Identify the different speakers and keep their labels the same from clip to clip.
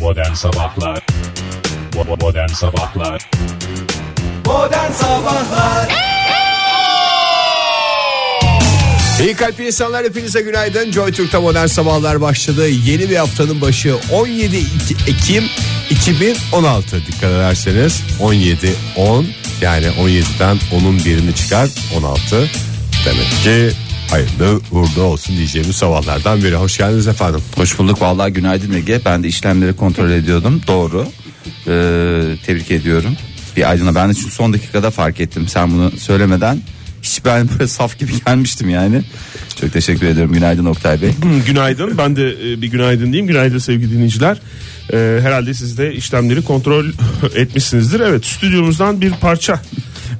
Speaker 1: Modern Sabahlar Bo- Modern Sabahlar
Speaker 2: Modern Sabahlar
Speaker 3: İyi kalpli insanlar hepinize günaydın. Joy Türk'te modern sabahlar başladı. Yeni bir haftanın başı 17 İki- Ekim 2016 dikkat ederseniz 17 10 yani 17'den 10'un birini çıkar 16 demek ki hayırlı uğurlu olsun diyeceğimiz sabahlardan biri. Hoş geldiniz efendim.
Speaker 4: Hoş bulduk vallahi günaydın Ege. Ben de işlemleri kontrol ediyordum. Doğru. Ee, tebrik ediyorum. Bir aydınla ben de şu son dakikada fark ettim. Sen bunu söylemeden hiç ben böyle saf gibi gelmiştim yani. Çok teşekkür ediyorum. Günaydın Oktay Bey.
Speaker 5: Hmm, günaydın. Ben de e, bir günaydın diyeyim. Günaydın sevgili dinleyiciler. Ee, herhalde siz de işlemleri kontrol etmişsinizdir. Evet, stüdyomuzdan bir parça.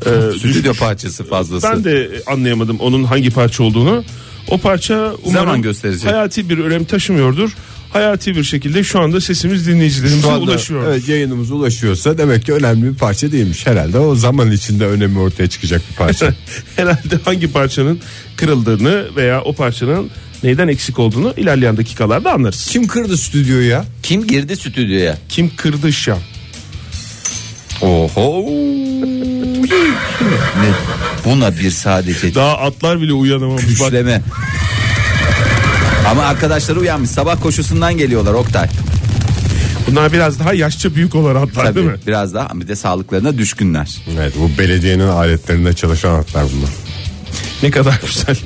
Speaker 5: e, düşmüş.
Speaker 4: Stüdyo parçası fazlası.
Speaker 5: Ben de anlayamadım onun hangi parça olduğunu. O parça umarım
Speaker 4: Zaman gösterecek.
Speaker 5: hayati bir önem taşımıyordur. Hayati bir şekilde şu anda sesimiz dinleyicilerimize ulaşıyor.
Speaker 3: Evet, yayınımız ulaşıyorsa demek ki önemli bir parça değilmiş. Herhalde o zaman içinde önemi ortaya çıkacak bir parça.
Speaker 5: Herhalde hangi parçanın kırıldığını veya o parçanın neyden eksik olduğunu ilerleyen dakikalarda anlarız.
Speaker 3: Kim kırdı stüdyoyu ya?
Speaker 4: Kim girdi stüdyoya?
Speaker 5: Kim kırdı Şam?
Speaker 4: Oho. Ne? Buna bir sadece
Speaker 5: Daha atlar bile uyanamamış. Bak
Speaker 4: güçleme. Ama arkadaşları uyanmış. Sabah koşusundan geliyorlar Oktay.
Speaker 5: Bunlar biraz daha yaşça büyük olan atlar
Speaker 4: Tabii
Speaker 5: değil mi?
Speaker 4: biraz daha bir de sağlıklarına düşkünler.
Speaker 3: Evet bu belediyenin aletlerinde çalışan atlar bunlar.
Speaker 5: Ne kadar güzel.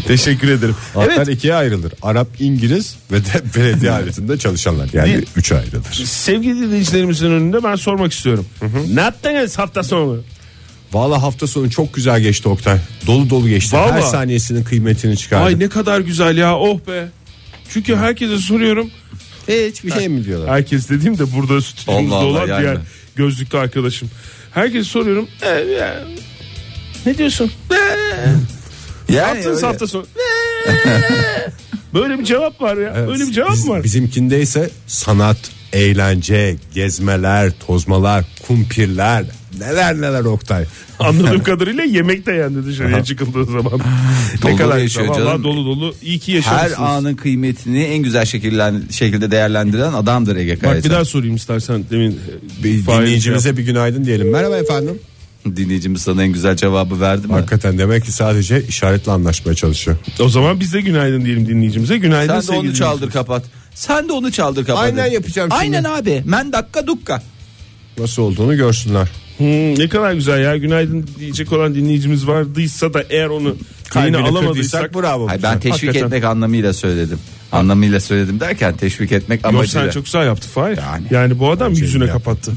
Speaker 5: Teşekkür ederim.
Speaker 3: Atlar
Speaker 5: Evet
Speaker 3: ikiye ayrılır. Arap, İngiliz ve de belediye aletinde çalışanlar. Yani
Speaker 5: Bir-
Speaker 3: üçe ayrılır.
Speaker 5: sevgili dinleyicilerimizin önünde ben sormak istiyorum. Ne yaptınız hafta sonu?
Speaker 3: Valla hafta sonu çok güzel geçti Oktay. Dolu dolu geçti. Her
Speaker 5: Vallahi.
Speaker 3: saniyesinin kıymetini çıkardı.
Speaker 5: Ay ne kadar güzel ya oh be. Çünkü herkese soruyorum.
Speaker 3: Hiçbir şey mi diyorlar?
Speaker 5: Herkes dediğim de burada stüdyomuzda
Speaker 4: Allah Allah,
Speaker 5: olan
Speaker 4: yani.
Speaker 5: diğer gözlüklü arkadaşım. Herkese soruyorum. "E, ya, ne diyorsun? "E, Ne
Speaker 4: Yani
Speaker 5: yaptınız
Speaker 4: öyle.
Speaker 5: hafta sonu? "E." Böyle bir cevap var ya. Öyle bir cevap
Speaker 3: Biz-
Speaker 5: var.
Speaker 3: Bizimkinde ise sanat, eğlence, gezmeler, tozmalar, kumpirler. Neler neler Oktay.
Speaker 5: Anladığım kadarıyla yemek de yendi dışarıya çıkıldığı zaman.
Speaker 4: Dolu
Speaker 5: ne kadar
Speaker 4: yaşıyor
Speaker 5: yaşıyor
Speaker 4: canım.
Speaker 5: dolu dolu. İyi ki
Speaker 4: Her
Speaker 5: yaşamışsınız.
Speaker 4: anın kıymetini en güzel şekillen, şekilde değerlendiren adamdır Ege
Speaker 5: Bak bir
Speaker 4: Kayacan.
Speaker 5: daha sorayım istersen demin. e,
Speaker 3: Bir
Speaker 5: fail
Speaker 3: dinleyicimize bir günaydın diyelim. Merhaba efendim.
Speaker 4: Dinleyicimiz sana en güzel cevabı verdi mi?
Speaker 3: Hakikaten demek ki sadece işaretle anlaşmaya çalışıyor.
Speaker 5: yap- O zaman biz de günaydın diyelim dinleyicimize. Günaydın
Speaker 4: Sen de
Speaker 5: sevgili
Speaker 4: onu çaldır kapat. Sen de onu çaldır kapat.
Speaker 3: Aynen yapacağım şimdi.
Speaker 4: Aynen abi. Men dakika dukka.
Speaker 3: Nasıl olduğunu görsünler.
Speaker 5: dinleyicimiz. Hmm, ne kadar güzel ya günaydın diyecek olan dinleyicimiz vardıysa da eğer onu
Speaker 3: Kalbini
Speaker 5: yayına alamadıysak.
Speaker 3: kırdıysak bravo.
Speaker 4: Hayır, ben teşvik
Speaker 5: Hakikaten.
Speaker 4: etmek anlamıyla söyledim. Anlamıyla söyledim derken teşvik etmek
Speaker 5: Yok
Speaker 4: amacıyla.
Speaker 5: sen çok güzel yaptı Fahir.
Speaker 4: Yani.
Speaker 5: Yani, bu adam yüzüne
Speaker 3: yaptı.
Speaker 5: kapattı.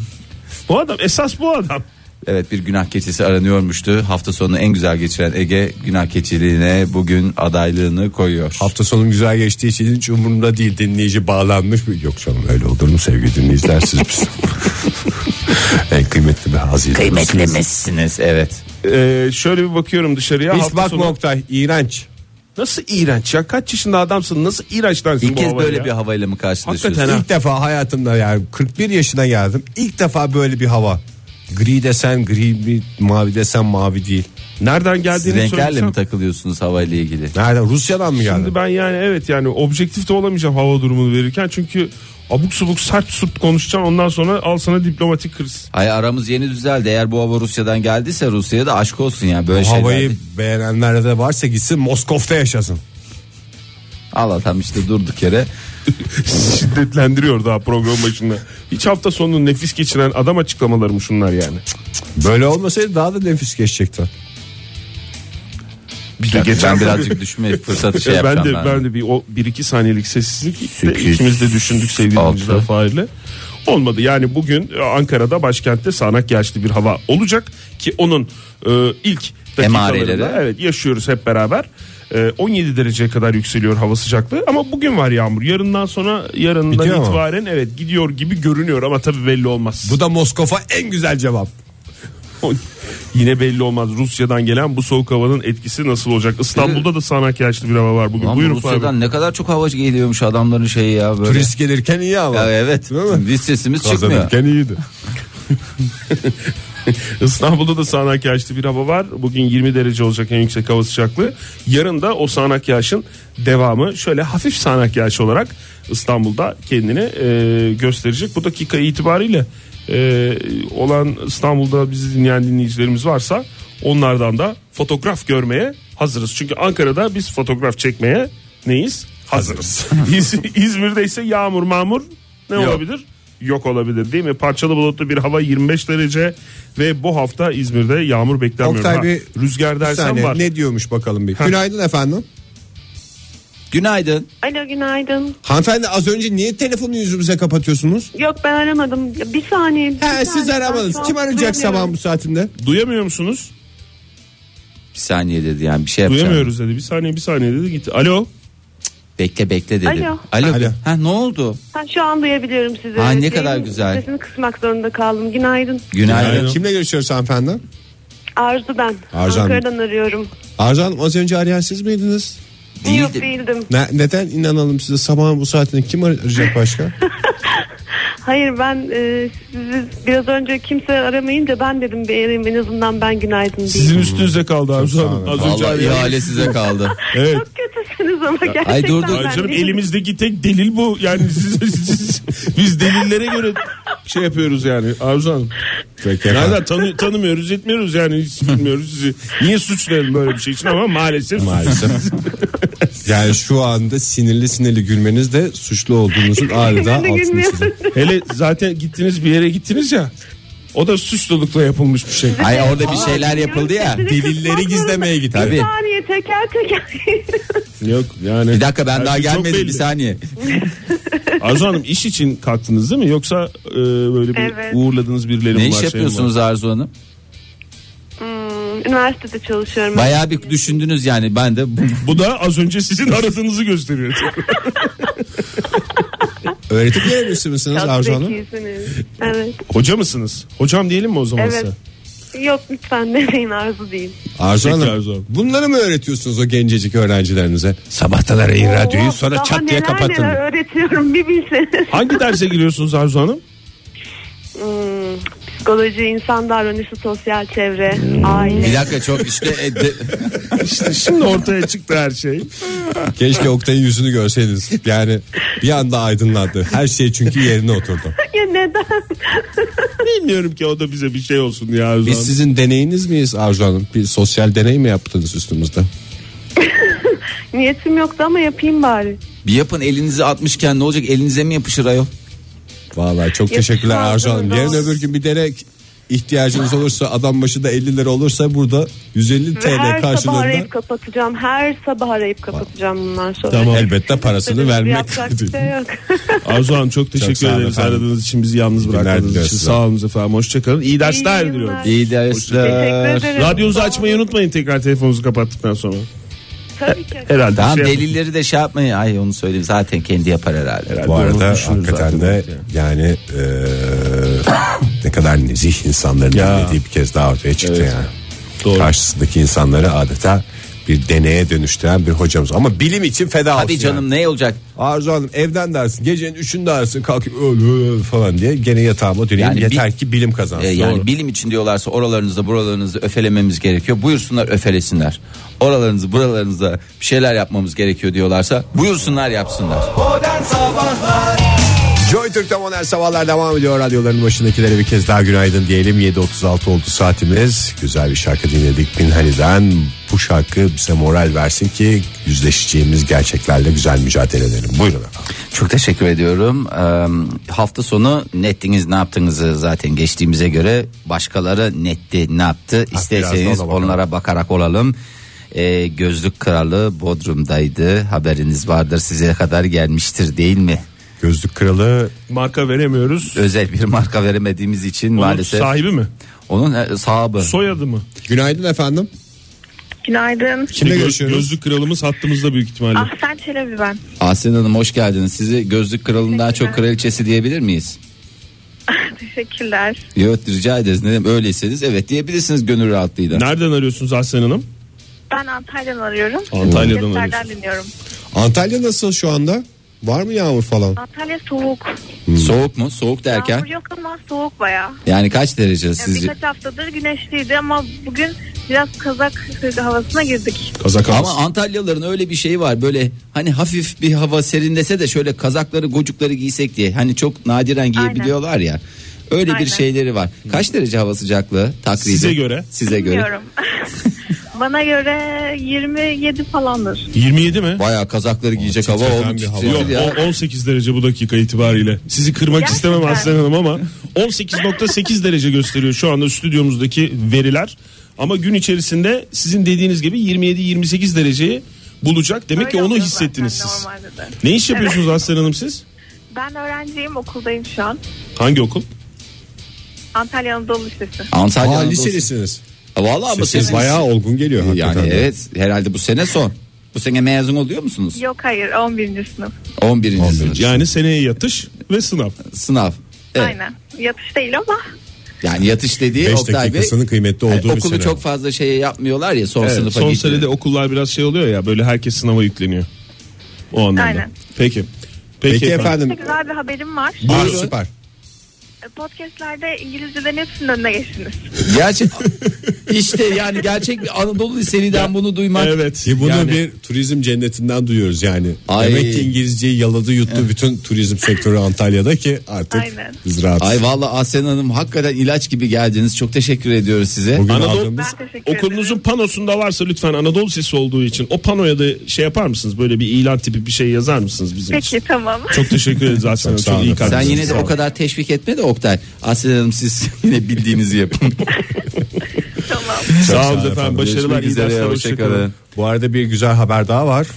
Speaker 5: Bu adam esas bu adam.
Speaker 4: Evet bir günah keçisi aranıyormuştu. Hafta sonu en güzel geçiren Ege günah keçiliğine bugün adaylığını koyuyor.
Speaker 3: Hafta sonu güzel geçtiği için hiç umurumda değil dinleyici bağlanmış mı? Yok canım öyle olur mu sevgili dinleyiciler siz biz. en kıymetli bir hazine.
Speaker 4: Kıymetlemezsiniz evet.
Speaker 5: Ee, şöyle bir bakıyorum dışarıya.
Speaker 3: Hiç
Speaker 5: Hafta
Speaker 3: bakma
Speaker 5: sonu-
Speaker 3: Oktay iğrenç.
Speaker 5: Nasıl iğrenç ya kaç yaşında adamsın nasıl iğrençlersin
Speaker 4: İlk
Speaker 5: bu
Speaker 4: kez
Speaker 5: havaya
Speaker 4: böyle
Speaker 5: ya?
Speaker 4: bir havayla mı karşılaşıyorsun?
Speaker 5: Hakikaten ha.
Speaker 3: İlk defa hayatımda yani 41 yaşına geldim. İlk defa böyle bir hava. Gri desen gri mi mavi desen mavi değil.
Speaker 5: Nereden
Speaker 4: Siz
Speaker 5: geldiğini
Speaker 4: renklerle
Speaker 5: söylesem-
Speaker 4: mi takılıyorsunuz havayla ilgili?
Speaker 3: Nereden Rusya'dan mı geldin?
Speaker 5: Şimdi ben yani evet yani objektif de olamayacağım hava durumunu verirken çünkü abuk subuk sert surt konuşacağım ondan sonra al sana diplomatik kriz.
Speaker 4: Ay aramız yeni düzeldi. Eğer bu hava Rusya'dan geldiyse Rusya'ya da aşk olsun ya böyle
Speaker 3: Bu
Speaker 4: şeyler.
Speaker 3: havayı beğenenler de varsa gitsin Moskov'da yaşasın.
Speaker 4: Allah tam işte durduk yere.
Speaker 5: Şiddetlendiriyor daha program başında. Hiç hafta sonunu nefis geçiren adam açıklamaları mı şunlar yani?
Speaker 3: Böyle olmasaydı daha da nefis geçecekti.
Speaker 5: Bir
Speaker 4: ben birazcık düşme fırsatı şey
Speaker 5: ben
Speaker 4: yapacağım.
Speaker 5: de
Speaker 4: ben.
Speaker 5: ben de bir o bir iki saniyelik sessizlik de
Speaker 4: Sekiz,
Speaker 5: ikimiz de düşündük sevgili
Speaker 4: altı.
Speaker 5: dinleyiciler Fahir'le. Olmadı yani bugün e, Ankara'da başkentte sağanak yağışlı bir hava olacak ki onun e, ilk dakikalarında
Speaker 4: Emareleri.
Speaker 5: evet yaşıyoruz hep beraber. E, 17 dereceye kadar yükseliyor hava sıcaklığı ama bugün var yağmur. Yarından sonra yarından
Speaker 3: Gidiyor ama.
Speaker 5: itibaren evet gidiyor gibi görünüyor ama tabii belli olmaz.
Speaker 3: Bu da Moskova en güzel cevap.
Speaker 5: Yine belli olmaz. Rusya'dan gelen bu soğuk havanın etkisi nasıl olacak? İstanbul'da da sağanak yağışlı bir hava var bugün.
Speaker 4: Lan bu
Speaker 5: Buyurun Fahir Bey.
Speaker 4: Rusya'dan ne kadar çok hava geliyormuş adamların şeyi ya böyle.
Speaker 3: Turist gelirken iyi ama.
Speaker 4: Ya evet.
Speaker 3: Değil mi?
Speaker 4: Biz sesimiz çıkmıyor.
Speaker 3: Kazanırken iyiydi.
Speaker 5: İstanbul'da da sağanak yağışlı bir hava var. Bugün 20 derece olacak en yüksek hava sıcaklığı. Yarın da o sağanak yağışın devamı şöyle hafif sağanak yağış olarak İstanbul'da kendini e, gösterecek. Bu dakika itibariyle e, olan İstanbul'da bizi dinleyen dinleyicilerimiz varsa onlardan da fotoğraf görmeye hazırız. Çünkü Ankara'da biz fotoğraf çekmeye neyiz? Hazırız. İz- İzmir'de ise yağmur mağmur ne
Speaker 4: Yok.
Speaker 5: olabilir? Yok olabilir değil mi? Parçalı bulutlu bir hava 25 derece ve bu hafta İzmir'de yağmur beklenmiyor.
Speaker 3: Oktay
Speaker 5: Ha,
Speaker 3: bir-
Speaker 5: rüzgar
Speaker 3: Bir
Speaker 5: dersen
Speaker 3: saniye,
Speaker 5: var.
Speaker 3: ne diyormuş bakalım bir. Günaydın efendim.
Speaker 4: Günaydın.
Speaker 6: Alo günaydın.
Speaker 3: Hanımefendi az önce niye telefonu yüzümüze kapatıyorsunuz?
Speaker 6: Yok ben aramadım. Bir saniye. bir
Speaker 3: He siz
Speaker 6: saniye. Ben
Speaker 3: aramadınız.
Speaker 6: şu an
Speaker 3: Kim arayacak
Speaker 6: duyamıyorum.
Speaker 3: sabah bu saatinde?
Speaker 5: Duyamıyor musunuz?
Speaker 4: Bir saniye dedi yani bir şey yapacağım.
Speaker 5: Duyamıyoruz dedi. Bir saniye bir saniye dedi gitti. Alo.
Speaker 4: Bekle bekle dedi.
Speaker 6: Alo.
Speaker 4: Alo.
Speaker 3: Alo.
Speaker 4: Ha ne oldu?
Speaker 6: Ha, şu an duyabiliyorum sizi.
Speaker 4: Ha, ne
Speaker 6: Yayın
Speaker 4: kadar güzel.
Speaker 6: Sesini kısmak zorunda kaldım. Günaydın.
Speaker 4: Günaydın.
Speaker 5: Günaydın.
Speaker 3: Kimle görüşüyoruz hanımefendi?
Speaker 6: Arzu ben.
Speaker 3: Arzu Hanım.
Speaker 6: Ankara'dan arıyorum.
Speaker 3: Arzu Hanım az önce arayan siz miydiniz?
Speaker 6: Yok
Speaker 4: Değildi.
Speaker 6: değildim.
Speaker 3: Ne- neden inanalım size sabahın bu saatinde kim arayacak başka?
Speaker 6: Hayır ben e, sizi biraz önce kimse aramayınca ben dedim bir arayayım en azından ben günaydın diyeyim.
Speaker 5: Sizin üstünüze kaldı Arzu
Speaker 3: Hmm. sağ olun.
Speaker 5: Hanım. Az önce
Speaker 4: Vallahi
Speaker 5: arayan-
Speaker 4: ihale size kaldı.
Speaker 5: Evet.
Speaker 6: Çok kötüsünüz ama gerçekten.
Speaker 4: ay, dur, dur.
Speaker 6: ben
Speaker 5: Ay canım,
Speaker 6: değilim.
Speaker 5: elimizdeki tek delil bu. Yani siz, siz- biz delillere göre şey yapıyoruz yani Arzu Hanım.
Speaker 3: Peki efendim.
Speaker 5: Nereden tanı- tanımıyoruz etmiyoruz yani hiç bilmiyoruz sizi. Niye suçlayalım böyle bir şey için ama maalesef.
Speaker 3: Maalesef. yani şu anda sinirli sinirli gülmeniz de suçlu olduğunuzun adeta
Speaker 6: Ben de
Speaker 3: altını
Speaker 6: gülmüyorum.
Speaker 3: çiziyor.
Speaker 5: Hele zaten gittiniz bir yere gittiniz ya. O da suçlulukla yapılmış bir şey.
Speaker 4: Ay orada bir şeyler
Speaker 6: Aa,
Speaker 4: yapıldı ya.
Speaker 6: sesini kısmak
Speaker 3: delilleri
Speaker 6: zorunda-
Speaker 3: gizlemeye gitti.
Speaker 6: Bir
Speaker 4: Tabii.
Speaker 6: saniye teker teker.
Speaker 5: Yok yani.
Speaker 4: Bir dakika ben
Speaker 5: Her
Speaker 4: daha
Speaker 5: şey çok
Speaker 4: gelmedim
Speaker 5: belli.
Speaker 4: bir saniye.
Speaker 5: Arzu Hanım iş için kalktınız değil mi? Yoksa e, böyle bir
Speaker 6: Evet.
Speaker 5: uğurladığınız birileri mi
Speaker 4: Ne
Speaker 5: var?
Speaker 4: iş
Speaker 5: şey mi
Speaker 4: yapıyorsunuz Arzu Hanım?
Speaker 6: Hmm, üniversitede çalışıyorum.
Speaker 4: Bayağı bir düşündünüz yani ben de bu-
Speaker 5: var? Bu da az önce sizin aradığınızı gösteriyor.
Speaker 3: Öğretim görevlisi misiniz
Speaker 6: Çok
Speaker 3: Arzu Hanım?
Speaker 6: zekisiniz. Evet.
Speaker 5: Hoca mısınız? Hocam diyelim mi o zaman
Speaker 6: Evet.
Speaker 5: size?
Speaker 6: Yok lütfen demeyin arzu değil.
Speaker 3: Arzu
Speaker 5: Teşekkür
Speaker 3: Hanım,
Speaker 5: Arzu Hanım.
Speaker 3: bunları mı öğretiyorsunuz o gencecik öğrencilerinize? Sabahtan arayın
Speaker 6: Oo, daha neler neler öğretiyorum bir bilseniz.
Speaker 5: Hangi derse giriyorsunuz Arzu Hanım?
Speaker 6: Hmm, psikoloji, insan davranışı, sosyal çevre, aile.
Speaker 4: bir dakika çok işte e, de-
Speaker 5: İşte şimdi ortaya çıktı her şey.
Speaker 3: Keşke Oktay'ın yüzünü görseydiniz. Yani bir anda aydınlandı. Her şey çünkü yerine oturdu.
Speaker 6: Ya neden?
Speaker 5: Bilmiyorum ki o da bize bir şey olsun ya Arzu
Speaker 3: Biz
Speaker 5: Hanım.
Speaker 3: sizin deneyiniz miyiz Arzu Hanım? Bir sosyal deney mi yaptınız üstümüzde?
Speaker 6: Niyetim yoktu ama yapayım bari.
Speaker 4: bir yapın elinizi atmışken ne olacak elinize mi yapışır ayol?
Speaker 3: Vallahi çok teşekkürler Arzu Hanım.
Speaker 6: altında.
Speaker 3: Yarın öbür gün bir denek ihtiyacınız olursa adam başı da 50 lira olursa burada 150
Speaker 6: Ve her
Speaker 3: TL
Speaker 6: sabah
Speaker 3: karşılığında
Speaker 6: arayıp kapatacağım. Her sabah arayıp kapatacağım bundan sonra.
Speaker 3: elbette parasını vermek.
Speaker 6: Yapacak bir şey yok.
Speaker 5: Arzu Hanım çok teşekkür
Speaker 3: sağ olun
Speaker 5: ederiz
Speaker 3: efendim.
Speaker 5: aradığınız için bizi yalnız
Speaker 3: günler
Speaker 5: bıraktığınız
Speaker 3: diliyoruz
Speaker 5: için.
Speaker 3: size.
Speaker 5: Sağ olun efendim. Hoşçakalın. İyi dersler
Speaker 6: İyi
Speaker 5: diliyorum.
Speaker 6: yayınlar.
Speaker 4: İyi Ee,
Speaker 6: Teşekkür
Speaker 4: dersler.
Speaker 6: ederim.
Speaker 5: Radyonuzu
Speaker 6: Sağ olun.
Speaker 5: açmayı unutmayın tekrar telefonunuzu kapattıktan sonra.
Speaker 6: Tabii ki.
Speaker 5: Herhalde.
Speaker 4: Tamam
Speaker 5: şey
Speaker 4: delilleri de şey yapmayın. Ay onu söyleyeyim zaten kendi yapar herhalde.
Speaker 3: Bu
Speaker 5: Doğru
Speaker 3: arada
Speaker 5: düşünürüz
Speaker 3: hakikaten
Speaker 5: artık.
Speaker 3: de yani eee, ne kadar nezih insanların dinlediği bir kez daha ortaya çıktı yani. Karşısındaki insanları adeta bir deneye dönüştüren bir hocamız. Ama bilim için feda olsun.
Speaker 4: Tabii canım ne olacak?
Speaker 3: yani. Arzu Hanım evden dersin gecenin üçünde dersin kalkıp "Ö, ö" falan diye gene yatağıma döneyim.
Speaker 4: Yani
Speaker 3: Yeter
Speaker 4: bi-
Speaker 3: ki bilim kazansın.
Speaker 4: E, yani bilim için diyorlarsa oralarınızda buralarınızda öfelememiz gerekiyor. Buyursunlar öfelesinler. Oralarınızı buralarınızda bir şeyler yapmamız gerekiyor diyorlarsa buyursunlar yapsınlar.
Speaker 2: Modern Sabahlar
Speaker 3: Joy Türk'te modern sabahlar devam ediyor. Radyoların başındakilere bir kez daha günaydın diyelim. 7.36 oldu saatimiz. Güzel bir şarkı dinledik Pinhani'den. Bu şarkı bize moral versin ki yüzleşeceğimiz gerçeklerle güzel mücadele edelim. Buyurun efendim.
Speaker 4: Çok teşekkür ediyorum. Ee, hafta sonu ne ettiniz ne yaptığınızı zaten geçtiğimize göre başkaları netti ne yaptı
Speaker 3: biraz
Speaker 4: isterseniz
Speaker 3: da ona bakalım.
Speaker 4: onlara bakarak olalım. Ee, gözlük kralı Bodrum'daydı haberiniz vardır size kadar gelmiştir değil mi?
Speaker 3: Gözlük kralı
Speaker 5: Marka veremiyoruz.
Speaker 4: Özel bir marka veremediğimiz için
Speaker 5: Onun
Speaker 4: maalesef
Speaker 5: sahibi mi?
Speaker 4: onun e, sahibi.
Speaker 5: Soyadı mı?
Speaker 3: günaydın efendim.
Speaker 7: Günaydın.
Speaker 3: Kimle
Speaker 5: Gö-
Speaker 3: görüşüyoruz?
Speaker 5: Gözlük kralımız hattımızda büyük ihtimalle.
Speaker 6: Ah.
Speaker 7: Ahsen Çelebi ben.
Speaker 4: Asen Hanım hoş geldiniz. Sizi gözlük kralından çok kraliçesi diyebilir miyiz?
Speaker 7: Teşekkürler.
Speaker 4: Evet rica ederiz. Ne demek öyleyseniz evet diyebilirsiniz gönül rahatlığıyla.
Speaker 5: Nereden arıyorsunuz Ahsen Hanım?
Speaker 7: Ben Antalya'dan arıyorum.
Speaker 5: Antalya'dan
Speaker 7: Gösterden
Speaker 5: arıyorsunuz.
Speaker 7: dinliyorum.
Speaker 3: Antalya nasıl şu anda? Var mı yağmur falan?
Speaker 7: Antalya soğuk.
Speaker 4: Hmm. Soğuk mu? Soğuk derken
Speaker 7: Yağmur yok ama soğuk baya.
Speaker 4: yani kaç derece
Speaker 7: Yani
Speaker 4: sizce?
Speaker 7: birkaç haftadır güneşliydi ama bugün biraz kazak havasına girdik.
Speaker 5: Kazak
Speaker 4: Ama Antalyalıların öyle bir şeyi var böyle hani hafif bir hava serinlese de şöyle kazakları gocukları giysek diye hani çok nadiren giyebiliyorlar ya. Öyle
Speaker 7: Aynen.
Speaker 4: bir şeyleri var. Kaç derece hava sıcaklığı takribi?
Speaker 5: Size göre.
Speaker 4: Size göre.
Speaker 7: Bilmiyorum. Bana göre 27 falandır.
Speaker 5: 27 mi?
Speaker 4: Bayağı kazakları giyecek hava
Speaker 3: titreten
Speaker 4: olmuş.
Speaker 3: bir hava.
Speaker 4: titrir
Speaker 5: Yok
Speaker 4: ya.
Speaker 5: o- 18 derece bu dakika itibariyle. Sizi kırmak
Speaker 7: Gerçekten.
Speaker 5: istemem Aslan Hanım ama 18.8 derece gösteriyor şu anda stüdyomuzdaki veriler. Ama gün içerisinde sizin dediğiniz gibi 27-28 dereceyi bulacak. Demek ki
Speaker 7: Öyle
Speaker 5: onu
Speaker 7: oluyor
Speaker 5: hissettiniz
Speaker 7: zaten
Speaker 5: siz.
Speaker 7: normalde de.
Speaker 5: Ne iş yapıyorsunuz Aslan Hanım siz?
Speaker 7: Ben öğrenciyim okuldayım şu an.
Speaker 5: Hangi okul?
Speaker 7: Antalya Anadolu Lisesi.
Speaker 4: Antalya
Speaker 3: Aa,
Speaker 4: Anadolu-
Speaker 3: liselisiniz.
Speaker 4: Vallahi ama
Speaker 3: Siz
Speaker 4: sizin-
Speaker 3: bayağı olgun geliyor
Speaker 4: yani
Speaker 3: hakikaten. de.
Speaker 4: evet herhalde bu sene son. Bu sene mezun oluyor musunuz?
Speaker 7: Yok hayır 11. sınıf.
Speaker 4: 11. sınıf.
Speaker 5: Yani seneye yatış ve sınav.
Speaker 4: Sınav. Evet.
Speaker 7: Aynen. Yatış değil ama
Speaker 4: Yani yatış dediği
Speaker 3: Beş
Speaker 4: Oktay Bey.
Speaker 3: dakikasının kıymetli olduğu bir
Speaker 4: okulu
Speaker 3: sene.
Speaker 4: çok fazla şeye yapmıyorlar ya son
Speaker 5: Evet,
Speaker 4: sınıfa
Speaker 5: son
Speaker 4: geçiyor.
Speaker 5: senede okullar biraz şey oluyor ya böyle herkes sınava yükleniyor. O anlamda.
Speaker 7: Aynen.
Speaker 5: Peki. Peki,
Speaker 3: Peki,
Speaker 5: efendim.
Speaker 3: efendim.
Speaker 7: güzel bir haberim var. E,
Speaker 3: Aa,
Speaker 4: Buyurun.
Speaker 3: süper.
Speaker 7: Podcastlerde İngilizceden hepsinin önüne geçtiniz.
Speaker 4: Gerçek işte yani gerçek bir Anadolu liseliden bunu duymak.
Speaker 5: Evet.
Speaker 3: E bunu
Speaker 5: yani-
Speaker 3: bir turizm cennetinden duyuyoruz yani.
Speaker 4: Ay.
Speaker 3: Demek ki İngilizceyi yaladı yuttu bütün turizm sektörü Antalya'da ki artık
Speaker 7: Aynen.
Speaker 3: biz rahatız.
Speaker 4: Ay valla Aslen Hanım hakikaten ilaç gibi geldiniz. Çok teşekkür ediyoruz size.
Speaker 3: Bugün
Speaker 5: Anadolu-
Speaker 3: aldığımız
Speaker 7: Ben teşekkür
Speaker 5: Okulunuzun
Speaker 7: ederim.
Speaker 5: panosunda varsa lütfen Anadolu Sesi olduğu için o panoya da şey yapar mısınız? Böyle bir ilan tipi bir şey yazar mısınız bizim için?
Speaker 7: Peki tamam.
Speaker 5: Çok teşekkür ederiz Aslan Hanım.
Speaker 3: sağ
Speaker 5: Çok iyi
Speaker 3: olun.
Speaker 5: kalbiniz.
Speaker 4: Sen yine de
Speaker 5: Sağ
Speaker 4: o
Speaker 5: olun.
Speaker 4: kadar teşvik etme de Oktay. Aslen Hanım siz yine bildiğinizi yapın.
Speaker 7: tamam.
Speaker 5: Sağ
Speaker 3: Sağ
Speaker 5: olun
Speaker 3: olun efendim.
Speaker 5: efendim. Başarılar.
Speaker 4: Görüşmek
Speaker 5: iyi
Speaker 4: üzere,
Speaker 5: dersler.
Speaker 4: hoşça
Speaker 5: Hoşçakalın.
Speaker 4: kalın.
Speaker 3: bu arada bir güzel haber daha var.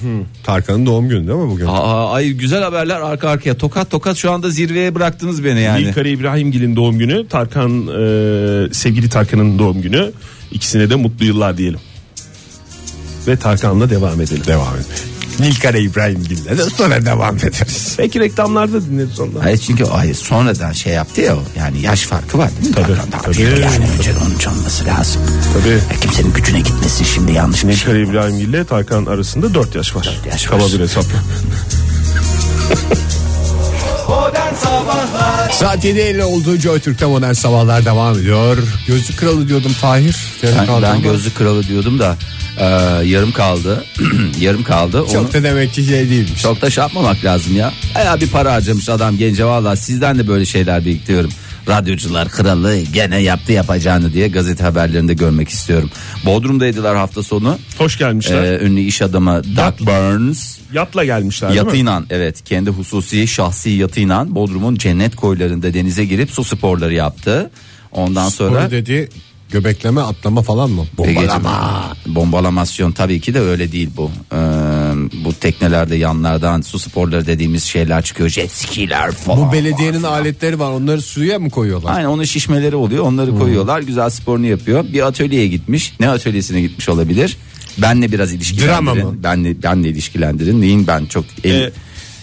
Speaker 3: Tarkan'ın doğum günü değil mi bugün?
Speaker 4: Aa, ay güzel haberler arka arkaya. Tokat tokat şu anda zirveye bıraktınız beni yani.
Speaker 5: İlkari İbrahimgil'in doğum günü. Tarkan, e, sevgili Tarkan'ın doğum günü. İkisine de mutlu yıllar diyelim. Ve Tarkan'la devam edelim.
Speaker 3: Devam edelim. Nilkara İbrahimgil'le de sonra devam ederiz.
Speaker 5: Belki reklamlarda dinleriz onları.
Speaker 4: Hayır çünkü ay sonradan şey yaptı ya o. Yani yaş farkı var değil mi?
Speaker 5: Tabii,
Speaker 4: Tarkan'da?
Speaker 5: tabii.
Speaker 4: Yani önce onun çalması lazım.
Speaker 5: Tabii.
Speaker 4: Ya kimsenin gücüne gitmesin şimdi yanlış bir şey.
Speaker 5: İlkari İbrahimgil ile Tarkan arasında 4 yaş var.
Speaker 4: yaş
Speaker 5: Kaba
Speaker 4: var.
Speaker 5: bir hesap.
Speaker 2: Modern Sabahlar
Speaker 3: Saat 7.50 olduğu Joy Türk'te modern sabahlar devam ediyor. Gözlük kralı diyordum Fahir. Yarım
Speaker 4: Ben,
Speaker 3: kaldı
Speaker 4: ben
Speaker 3: ama
Speaker 4: gözlük kralı diyordum da e, yarım kaldı. yarım kaldı. Onu
Speaker 3: Çok da demek ki şey değilmiş.
Speaker 4: çok da şey yapmamak lazım ya. Aya bir para harcamış adam gence valla sizden de böyle şeyler bekliyorum. Radyocular kralı gene yaptı yapacağını diye gazete haberlerinde görmek istiyorum. Bodrum'daydılar hafta sonu.
Speaker 5: Hoş
Speaker 4: E,
Speaker 5: gelmişler.
Speaker 4: ünlü iş adamı Doug Burns
Speaker 5: Yatla gelmişler değil mi?
Speaker 4: yatıyla evet kendi hususi şahsi yatıyla Bodrum'un cennet koylarında denize girip su sporları yaptı. Ondan sonra
Speaker 3: Onu dedi göbekleme atlama falan mı?
Speaker 4: Bombalama. Bombalamasyon tabii ki de öyle değil bu. Ee, bu teknelerde yanlardan su sporları dediğimiz şeyler çıkıyor. Jet skiler falan.
Speaker 3: Bu belediyenin
Speaker 4: var.
Speaker 3: aletleri var onları suya mı koyuyorlar?
Speaker 4: Aynen onun şişmeleri oluyor. Onları koyuyorlar. Güzel sporunu yapıyor. Bir atölyeye gitmiş. Ne atölyesine gitmiş olabilir? Benle biraz ilişkilendirin.
Speaker 3: Drama mı?
Speaker 4: Benle, benle ilişkilendirin. Neyin ben çok... el-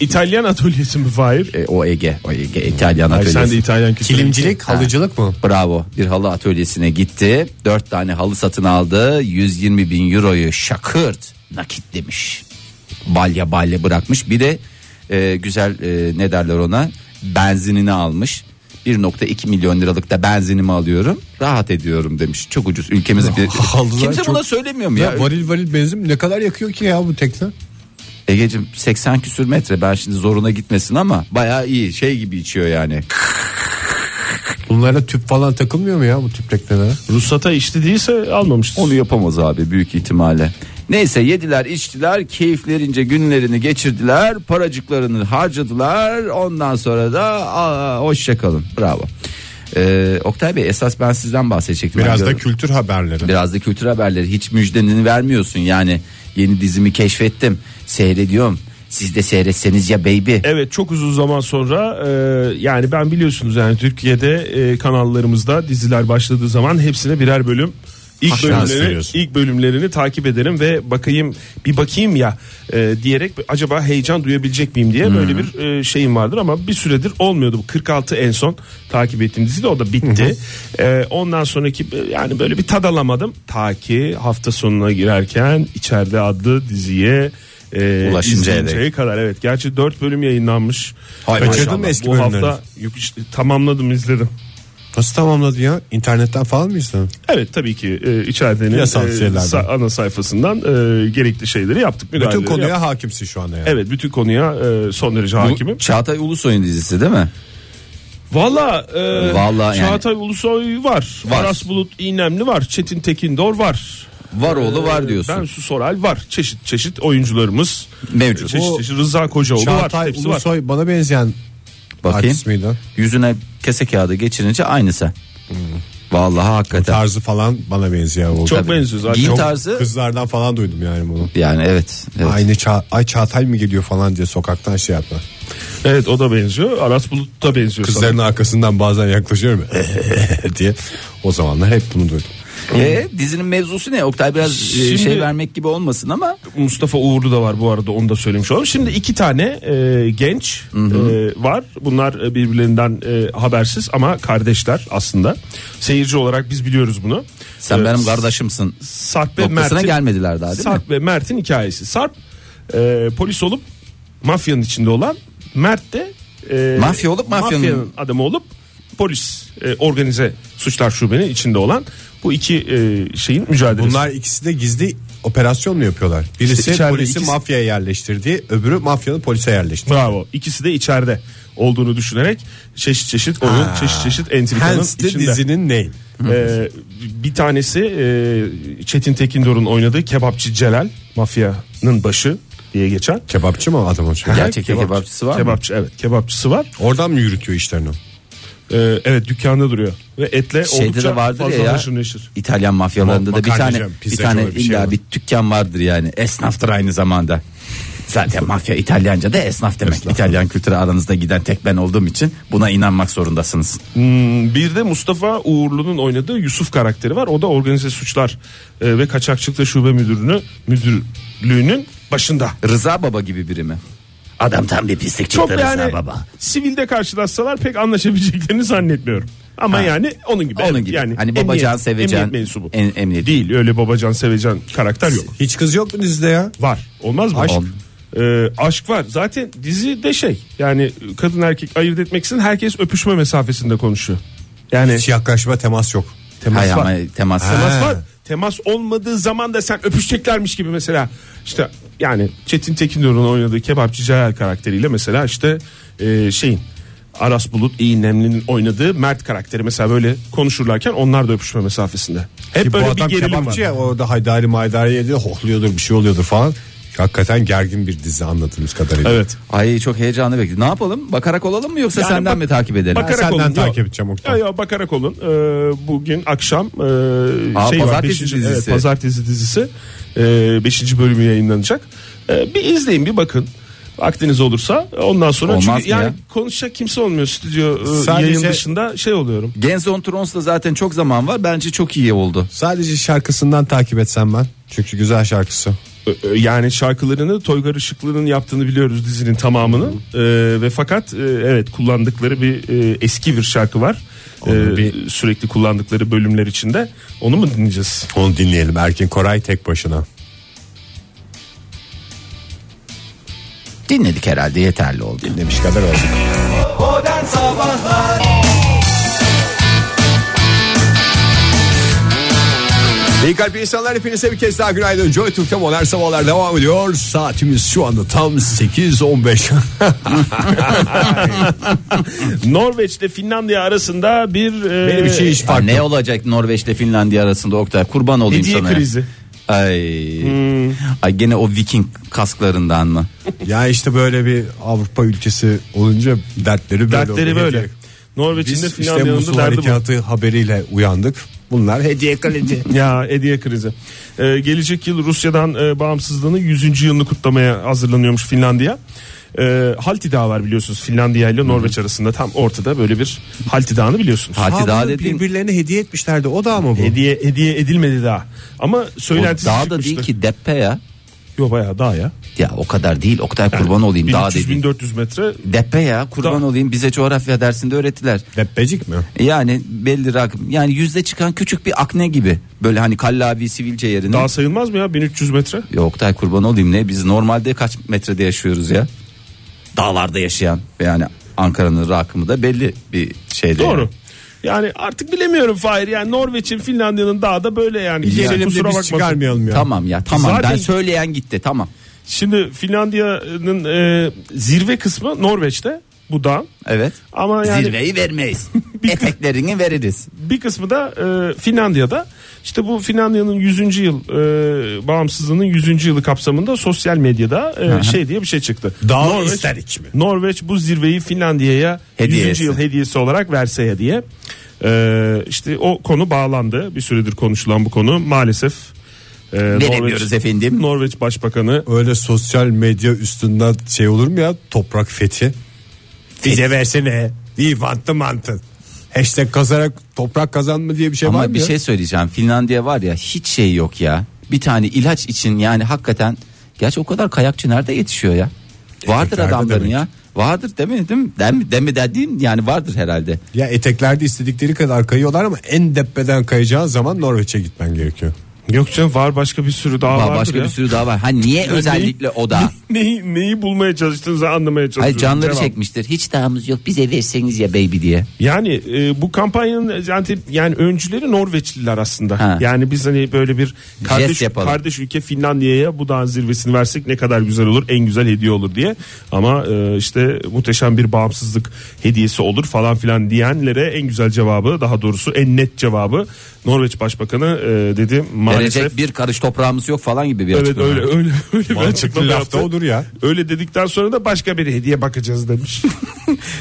Speaker 5: E, İtalyan atölyesi mi Fahir?
Speaker 4: e, o Ege. O Ege İtalyan
Speaker 5: Ay
Speaker 4: atölyesi.
Speaker 5: sen de İtalyan kültürü.
Speaker 3: Kilimcilik, halıcılık mı?
Speaker 4: Bravo bir halı atölyesine gitti. 4 tane halı satın aldı. 120 bin euroyu şakırt nakitlemiş. Balya balya bırakmış. Bir de e, güzel e, ne derler ona benzinini almış. 1.2 milyon liralık da benzinimi alıyorum. Rahat ediyorum demiş. Çok ucuz ülkemiz bir...
Speaker 3: Halılar
Speaker 4: Kimse
Speaker 3: çok-
Speaker 4: buna söylemiyor mu
Speaker 3: Ya,
Speaker 4: ya?
Speaker 3: varil varil benzin ne kadar yakıyor ki ya bu tekne?
Speaker 4: Egeciğim 80 küsür metre ben şimdi zoruna gitmesin ama bayağı iyi şey gibi içiyor yani.
Speaker 3: Bunlara tüp falan takılmıyor mu ya bu tüp teknelere?
Speaker 5: Ruhsata işti değilse almamıştır.
Speaker 4: Onu yapamaz abi büyük ihtimalle. Neyse yediler içtiler keyiflerince günlerini geçirdiler paracıklarını harcadılar ondan sonra da aa, hoşçakalın bravo. Ee, Oktay Bey esas ben sizden bahsedecektim.
Speaker 3: Biraz
Speaker 4: Ben
Speaker 3: da
Speaker 4: gör-
Speaker 3: kültür haberleri.
Speaker 4: Biraz da kültür haberleri hiç müjdenini vermiyorsun yani yeni dizimi keşfettim seyrediyorum siz de seyretseniz ya baby.
Speaker 5: Evet çok uzun zaman sonra e, yani ben biliyorsunuz yani Türkiye'de e, kanallarımızda diziler başladığı zaman hepsine birer bölüm ilk
Speaker 3: Aşağı
Speaker 5: bölümlerini,
Speaker 3: seriyorsun.
Speaker 5: ilk bölümlerini takip edelim ve bakayım bir bakayım ya e, diyerek acaba heyecan duyabilecek miyim diye böyle bir e, şeyim vardır ama bir süredir olmuyordu bu 46 en son takip ettiğim dizi de o da bitti. E, ondan sonraki e, yani böyle bir tad alamadım ta ki hafta sonuna girerken içeride adlı diziye e,
Speaker 4: Ulaşıncaya
Speaker 5: izleyinciye
Speaker 4: dek.
Speaker 5: kadar. Evet. Gerçi 4 bölüm yayınlanmış.
Speaker 3: Hay
Speaker 5: Kaçırdın
Speaker 3: maşallah.
Speaker 5: mı eski
Speaker 3: Bu
Speaker 5: Bu hafta
Speaker 3: hafta
Speaker 5: yük- işte tamamladım izledim.
Speaker 3: Nasıl tamamladı ya? İnternetten falan mı izledin?
Speaker 5: Evet tabii ki e, içeridenin
Speaker 3: Yasal
Speaker 5: e,
Speaker 3: şeylerden.
Speaker 5: sa- ana sayfasından e, gerekli şeyleri yaptık.
Speaker 3: Bütün
Speaker 5: müdahaleleri
Speaker 3: konuya
Speaker 5: yaptık.
Speaker 3: hakimsin şu anda yani.
Speaker 5: Evet bütün konuya e, son derece
Speaker 4: Bu
Speaker 5: hakimim.
Speaker 4: Çağatay Ulusoy'un dizisi değil mi?
Speaker 5: Valla e,
Speaker 4: Vallahi yani.
Speaker 5: Çağatay Ulusoy var.
Speaker 4: Var.
Speaker 5: Aras Bulut İynemli var. Çetin Tekindor var. E,
Speaker 4: Var oğlu var
Speaker 5: Ee, Ben
Speaker 4: diyorsun.
Speaker 5: Su Soral var. Çeşit çeşit oyuncularımız.
Speaker 4: Mevcut.
Speaker 5: Çeşit
Speaker 4: Bu-
Speaker 5: çeşit Rıza Kocaoğlu var.
Speaker 3: Çağatay
Speaker 5: Hepsi var.
Speaker 3: Ulusoy bana benzeyen
Speaker 4: Bakayım.
Speaker 3: artist miydi?
Speaker 4: Yüzüne kese kağıdı geçirince aynısı. Vallahi hakikaten.
Speaker 3: Tarzı falan bana benziyor oldu.
Speaker 5: Çok
Speaker 4: Tabii.
Speaker 5: benziyor zaten.
Speaker 4: Giyim
Speaker 5: Çok-
Speaker 4: tarzı
Speaker 3: Kızlardan falan duydum yani bunu.
Speaker 4: yani evet. evet.
Speaker 3: Aynı Ça- Ay Çağatay mı geliyor falan diye sokaktan şey yapma.
Speaker 5: Evet o da benziyor. Aras Bulut da benziyor.
Speaker 3: Kızların arkasından bazen yaklaşıyorum diye. O zamanlar hep bunu duydum.
Speaker 4: E, dizinin mevzusu ne? Oktay biraz e,
Speaker 5: Şimdi-
Speaker 4: şey vermek gibi olmasın ama
Speaker 5: Mustafa Uğurlu da var bu arada onu da söylemiş olalım. Şimdi iki tane e, genç e, var. Bunlar e, birbirlerinden e, habersiz ama kardeşler aslında. Seyirci olarak biz biliyoruz bunu.
Speaker 4: sen
Speaker 5: E,
Speaker 4: benim kardeşimsin.
Speaker 5: Sarp ve
Speaker 4: noktasına
Speaker 5: Mert'in
Speaker 4: gelmediler daha değil mi?
Speaker 5: Sarp ve Mert'in hikayesi. Sarp e, polis olup mafyanın içinde olan Mert de e,
Speaker 4: Mafya olup mafyanın-
Speaker 5: adamı olup polis e, organize suçlar şubenin içinde olan bu iki e, şeyin mücadelesi.
Speaker 3: Bunlar ikisi de gizli operasyon mu yapıyorlar? Birisi
Speaker 5: İşte içeride
Speaker 3: polisi
Speaker 5: ikisi-
Speaker 3: mafyaya yerleştirdi, öbürü mafyanın polise yerleştirdi.
Speaker 5: Bravo. İkisi de içeride olduğunu düşünerek çeşit çeşit oyun, çeşit çeşit entrikanın
Speaker 3: Hence de
Speaker 5: içinde.
Speaker 3: dizinin name.
Speaker 5: Ee, bir tanesi e, Çetin Tekindor'un oynadığı kebapçı Celal, mafyanın başı diye geçen.
Speaker 3: Kebapçı mı adam o şey?
Speaker 4: Gerçek kebapçısı var mı?
Speaker 5: Kebapçı evet, kebapçısı var.
Speaker 3: Oradan mı yürütüyor işlerini?
Speaker 5: Ee, evet dükkanda duruyor ve etle
Speaker 4: Şeyde de
Speaker 5: oldukça
Speaker 4: vardır
Speaker 5: fazla
Speaker 4: ya ya.
Speaker 5: haşır neşir.
Speaker 4: İtalyan mafyalarında da bir
Speaker 3: Makarnacı,
Speaker 4: tane bir
Speaker 3: pizzacı
Speaker 4: tane
Speaker 3: öyle bir şey
Speaker 4: illa
Speaker 3: var.
Speaker 4: bir dükkan vardır yani. Esnaftır aynı zamanda. Zaten mafya İtalyanca da esnaf demek. İtalyan kültürü aranızda giden tek ben olduğum için buna inanmak zorundasınız.
Speaker 5: Hmm, bir de Mustafa Uğurlu'nun oynadığı Yusuf karakteri var. O da organize suçlar e, ve kaçakçılıkla şube müdürünü müdürlüğünün başında.
Speaker 4: Rıza Baba gibi biri mi? Adam tam bir pislik
Speaker 5: Çok
Speaker 4: çıktı
Speaker 5: yani
Speaker 4: Rıza Baba.
Speaker 5: sivilde karşılaşsalar pek anlaşabileceklerini zannetmiyorum. Ama
Speaker 4: Ha.
Speaker 5: yani onun gibi.
Speaker 4: Onun gibi.
Speaker 5: Yani
Speaker 4: hani babacan
Speaker 5: emniyet-
Speaker 4: sevecen.
Speaker 5: Emniyet mensubu.
Speaker 4: En, emniyet.
Speaker 5: Değil öyle babacan sevecen karakter yok.
Speaker 3: Hiç kız yok mu dizide ya?
Speaker 5: Var. Olmaz mı?
Speaker 4: Aşk.
Speaker 5: Ee, aşk var. Zaten dizi de şey yani kadın erkek ayırt etmek için herkes öpüşme mesafesinde konuşuyor. Yani
Speaker 3: Hiç yaklaşma temas yok.
Speaker 5: temas
Speaker 4: Şey, Hay
Speaker 5: var.
Speaker 4: ama temas.
Speaker 5: Temas
Speaker 3: Ha.
Speaker 5: var. Temas olmadığı zaman da sen öpüşeceklermiş gibi mesela işte yani Çetin Tekindor'un oynadığı kebapçı Celal karakteriyle mesela işte e, şeyin Aras Bulut İyi Nemli'nin oynadığı Mert karakteri mesela böyle konuşurlarken onlar da öpüşme mesafesinde. Hep
Speaker 3: Ki bu
Speaker 5: böyle bir
Speaker 3: adam
Speaker 5: gerilim var.
Speaker 3: kebapçı ya orada haydari maydari yedi hohluyordur bir şey oluyordur falan. Hakikaten gergin bir dizi anladığımız kadarıyla.
Speaker 5: Evet.
Speaker 4: Ay çok heyecanlı bekliyorum. Ne yapalım? Bakarak olalım mı yoksa
Speaker 5: Yani
Speaker 4: senden
Speaker 5: bak-
Speaker 4: mi takip edelim?
Speaker 5: Bakarak
Speaker 3: senden
Speaker 5: olun. Yok.
Speaker 3: takip edeceğim Oktay.
Speaker 5: Ya, ya, bakarak olun. Ee, bugün akşam e,
Speaker 4: Aa,
Speaker 5: şey var.
Speaker 4: pazartesi
Speaker 5: beşinci-
Speaker 4: dizisi.
Speaker 5: evet, pazartesi dizisi. 5. bölümü yayınlanacak. E, bir izleyin bir bakın. Vaktiniz olursa ondan sonra
Speaker 4: Olmaz
Speaker 5: çünkü
Speaker 4: mı
Speaker 5: yani
Speaker 4: ya?
Speaker 5: konuşacak kimse olmuyor stüdyo e,
Speaker 3: Sadece-
Speaker 5: yayın dışında şey oluyorum.
Speaker 4: Genz on Trons'la zaten çok zaman var. Bence çok iyi oldu.
Speaker 3: Sadece şarkısından takip etsem ben. Çünkü güzel şarkısı.
Speaker 5: E, e, yani şarkılarını Toygar Işıklı'nın yaptığını biliyoruz dizinin tamamını. E, ve fakat e, evet kullandıkları bir e, eski bir şarkı var. E,
Speaker 3: bir-
Speaker 5: sürekli kullandıkları bölümler içinde onu mu dinleyeceğiz?
Speaker 3: Onu dinleyelim Erkin Koray tek başına.
Speaker 4: Dinledik herhalde yeterli oldu.
Speaker 3: Demiş kadar oldu.
Speaker 2: Modern Sabahlar
Speaker 3: İyi kalp insanlar hepinize bir kez daha günaydın. Joy Türk'te modern sabahlar devam ediyor. Saatimiz şu anda tam 8.15.
Speaker 5: Norveç'te Finlandiya arasında bir e,
Speaker 3: Benim için hiç
Speaker 4: Ya
Speaker 3: fark
Speaker 4: ne
Speaker 3: yok.
Speaker 4: olacak Norveç'le Finlandiya arasında Oktay? Kurban olayım
Speaker 5: hediye
Speaker 4: sana. ya.
Speaker 5: krizi.
Speaker 4: Ay. Ay gene o Viking kasklarından mı?
Speaker 3: Ya işte böyle bir Avrupa ülkesi olunca dertleri böyle.
Speaker 5: Dertleri
Speaker 3: oluyor.
Speaker 5: böyle. Norveç'in
Speaker 3: Biz
Speaker 5: de
Speaker 3: işte
Speaker 5: Finlandiya'nın
Speaker 3: Musul
Speaker 5: da derdi bu.
Speaker 3: harekatı haberiyle uyandık. Bunlar hediye kaleci.
Speaker 5: Ya hediye krizi. E, gelecek yıl Rusya'dan e, bağımsızlığını 100. yılını kutlamaya hazırlanıyormuş Finlandiya. E, Halti Dağı var biliyorsunuz Finlandiya ile Norveç arasında tam ortada böyle bir Halti Dağı'nı biliyorsunuz.
Speaker 4: Hadi
Speaker 3: Hadi
Speaker 4: daha
Speaker 3: daha
Speaker 4: dediğin
Speaker 3: birbirlerine hediye etmişlerdi. O da mı bu?
Speaker 5: Hediye hediye edilmedi daha. Ama
Speaker 4: o
Speaker 5: söylentisi
Speaker 4: dağ da
Speaker 5: çıkmıştı.
Speaker 4: değil ki deppe ya.
Speaker 5: Yok bayağı dağ ya.
Speaker 4: Ya o kadar değil o kadar kurban olayım daha dediğin.
Speaker 5: 1300-1400 metre
Speaker 4: Depe ya kurban
Speaker 5: Dağ.
Speaker 4: olayım bize coğrafya dersinde öğrettiler.
Speaker 3: Deppecik mi?
Speaker 4: Yani belli rakım yani yüzde çıkan küçük bir akne gibi böyle hani kallavi sivilce yerine.
Speaker 5: daha sayılmaz mı ya 1300 metre?
Speaker 4: Ya Oktay kurban olayım ne biz normalde kaç metrede yaşıyoruz ya? Dağlarda yaşayan ve yani Ankara'nın rakımı da belli bir şeyde.
Speaker 5: Doğru. Yani artık bilemiyorum Fahir yani Norveç'in Finlandiya'nın dağı da böyle yani. Kimse
Speaker 3: Yiyelim de
Speaker 5: kusura
Speaker 3: biz
Speaker 5: bakmasın.
Speaker 3: çıkarmayalım ya.
Speaker 4: Tamam ya tamam
Speaker 5: Zaten-
Speaker 4: ben söyleyen gitti tamam.
Speaker 5: Şimdi Finlandiya'nın e, zirve kısmı Norveç'te bu dağ.
Speaker 4: Evet.
Speaker 5: Ama yani
Speaker 4: Zirveyi vermeyiz. Eteklerini veririz.
Speaker 5: bir kısmı da e, Finlandiya'da. İşte bu Finlandiya'nın 100. yıl e, bağımsızlığının 100. yılı kapsamında sosyal medyada e, şey diye bir şey çıktı.
Speaker 3: Dağ isterik mi?
Speaker 5: Norveç bu zirveyi Finlandiya'ya
Speaker 4: Hediye
Speaker 5: 100. yıl
Speaker 4: etsin.
Speaker 5: hediyesi olarak verse ya diye. E, işte o konu bağlandı. Bir süredir konuşulan bu konu maalesef. e,
Speaker 4: Veremiyoruz efendim.
Speaker 5: Norveç Başbakanı
Speaker 3: Öyle sosyal medya üstünden şey olur mu ya toprak fethi? Bize versene. We want the mountain. Hashtag kazarak toprak kazanma diye bir şey var
Speaker 4: Ama
Speaker 3: mı
Speaker 4: bir
Speaker 3: ya?
Speaker 4: şey söyleyeceğim. Finlandiya var ya hiç şey yok ya. Bir tane ilaç için yani hakikaten gerçi o kadar kayakçı nerede yetişiyor ya? Vardır
Speaker 3: Eteklerde
Speaker 4: adamların
Speaker 3: demek.
Speaker 4: ya. Vardır demedim. Dem deme dediğim yani vardır herhalde.
Speaker 3: Ya eteklerde istedikleri kadar kayıyorlar ama en deppeden kayacağın zaman Norveç'e gitmen gerekiyor.
Speaker 5: yok canım var başka bir sürü daha
Speaker 4: Ba-
Speaker 5: var.
Speaker 4: başka bir sürü daha var. Ha niye özellikle o da?
Speaker 5: neyi, neyi bulmaya çalıştığınızı anlamaya çalışıyorum.
Speaker 4: Hayır canları
Speaker 5: Devam.
Speaker 4: çekmiştir. Hiç dağımız yok. Bize verseniz ya baby diye.
Speaker 5: Yani e, bu kampanyanın yani, yani öncüleri Norveçliler aslında.
Speaker 4: Ha.
Speaker 5: Yani biz hani böyle bir kardeş
Speaker 4: yapalım.
Speaker 5: kardeş ülke Finlandiya'ya bu dağın zirvesini versek ne kadar güzel olur, en güzel hediye olur diye. Ama e, işte muhteşem bir bağımsızlık hediyesi olur falan filan diyenlere en güzel cevabı, daha doğrusu en net cevabı Norveç Başbakanı e, dedi maalesef.
Speaker 4: Verecek bir karış toprağımız yok falan gibi bir
Speaker 5: Evet
Speaker 4: açıklama.
Speaker 5: öyle öyle öyle bir açıklama
Speaker 3: Mantıklı lafta
Speaker 5: yaptı.
Speaker 3: olur ya.
Speaker 5: Öyle dedikten sonra da başka bir hediye bakacağız demiş.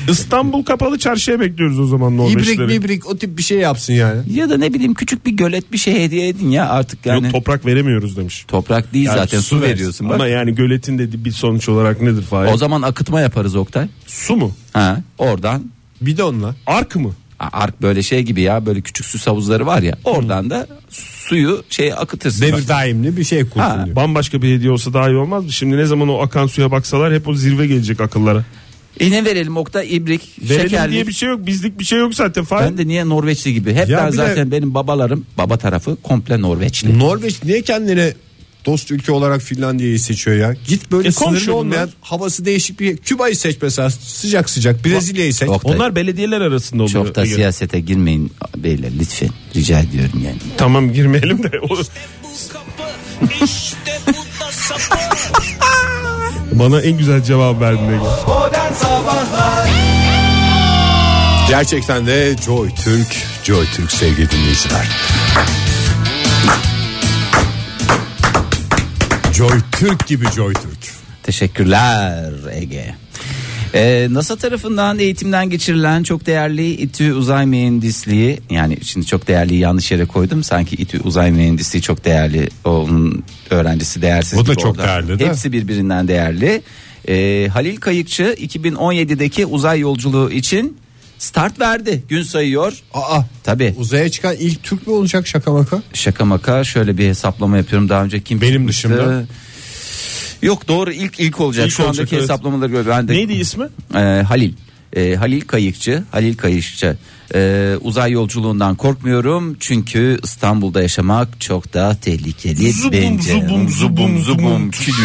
Speaker 5: İstanbul kapalı çarşıya bekliyoruz o zaman
Speaker 3: İbrik
Speaker 5: Norveçleri.
Speaker 3: mibrik o tip bir şey yapsın yani.
Speaker 4: Ya da ne bileyim küçük bir gölet bir şey hediye edin ya artık yani.
Speaker 5: Yok toprak veremiyoruz demiş.
Speaker 4: Toprak değil
Speaker 5: Yani
Speaker 4: zaten su,
Speaker 5: versin.
Speaker 4: veriyorsun. Bak.
Speaker 5: Ama yani göletin de bir sonuç olarak nedir Fahir?
Speaker 4: O zaman akıtma yaparız Oktay.
Speaker 5: su mu?
Speaker 4: Ha, oradan
Speaker 3: Bidonla.
Speaker 5: Ark mı?
Speaker 4: a- ark böyle şey gibi ya böyle küçük süs havuzları var ya. Oradan da suyu şey akıtırsın.
Speaker 3: Devir daimli bir şey kursun
Speaker 4: Ha.
Speaker 3: diyor.
Speaker 5: Bambaşka bir hediye olsa daha iyi olmaz mı? Şimdi ne zaman o akan suya baksalar hep o zirve gelecek akıllara.
Speaker 4: İğne e, verelim Oktay ibrik
Speaker 5: Verelim
Speaker 4: şekerli.
Speaker 5: diye bir şey yok. Bizlik bir şey yok zaten Fahir.
Speaker 4: Ben de niye Norveçli gibi? Hep
Speaker 3: Ya
Speaker 4: ben
Speaker 3: bir de-
Speaker 4: zaten benim babalarım baba tarafı komple Norveçli.
Speaker 3: Norveç niye kendine dost ülke olarak Finlandiya'yı seçiyor ya? Git böyle
Speaker 5: E,
Speaker 3: sınırlı
Speaker 5: komşu
Speaker 3: olmayan
Speaker 5: bunlar.
Speaker 3: havası değişik bir Küba'yı seç mesela sıcak sıcak Brezilya'yı seç.
Speaker 4: Oktay,
Speaker 5: Onlar belediyeler arasında oluyor.
Speaker 4: çok da
Speaker 5: Ege.
Speaker 4: siyasete girmeyin beyler lütfen rica ediyorum yani.
Speaker 5: Tamam girmeyelim de. O- Bana en güzel cevap verdin Ege.
Speaker 2: Modern Sabahlar
Speaker 3: Gerçekten de Joy Türk, Joy Türk sevgili dinleyiciler. Joy Türk gibi Joy Türk.
Speaker 4: Teşekkürler Ege. Ee, NASA tarafından eğitimden geçirilen çok değerli İTÜ Uzay Mühendisliği yani şimdi çok değerli yanlış yere koydum sanki İTÜ Uzay Mühendisliği çok değerli onun öğrencisi değersiz.
Speaker 3: O da
Speaker 4: gibi
Speaker 3: çok
Speaker 4: orada.
Speaker 3: değerli de.
Speaker 4: Hepsi birbirinden değerli. Ee, Halil Kayıkçı 2017'deki uzay yolculuğu için start verdi gün sayıyor.
Speaker 3: Aa
Speaker 4: Tabi
Speaker 3: uzaya çıkan ilk Türk mü olacak şaka maka?
Speaker 4: şaka maka şöyle bir hesaplama yapıyorum daha önce kim
Speaker 3: Benim
Speaker 4: çıkmıştı?
Speaker 3: dışımda.
Speaker 4: Yok doğru ilk ilk olacak
Speaker 5: İlk
Speaker 4: şu andaki
Speaker 5: olacak, evet.
Speaker 4: hesaplamaları göre ben de
Speaker 5: Neydi ismi?
Speaker 4: e, Halil E, Halil Kayıkçı Halil Kayıkçı E, uzay yolculuğundan korkmuyorum çünkü İstanbul'da yaşamak çok daha tehlikeli
Speaker 5: Zubum,
Speaker 4: bence.
Speaker 5: zubum, zubum, zubum.
Speaker 4: Çidum.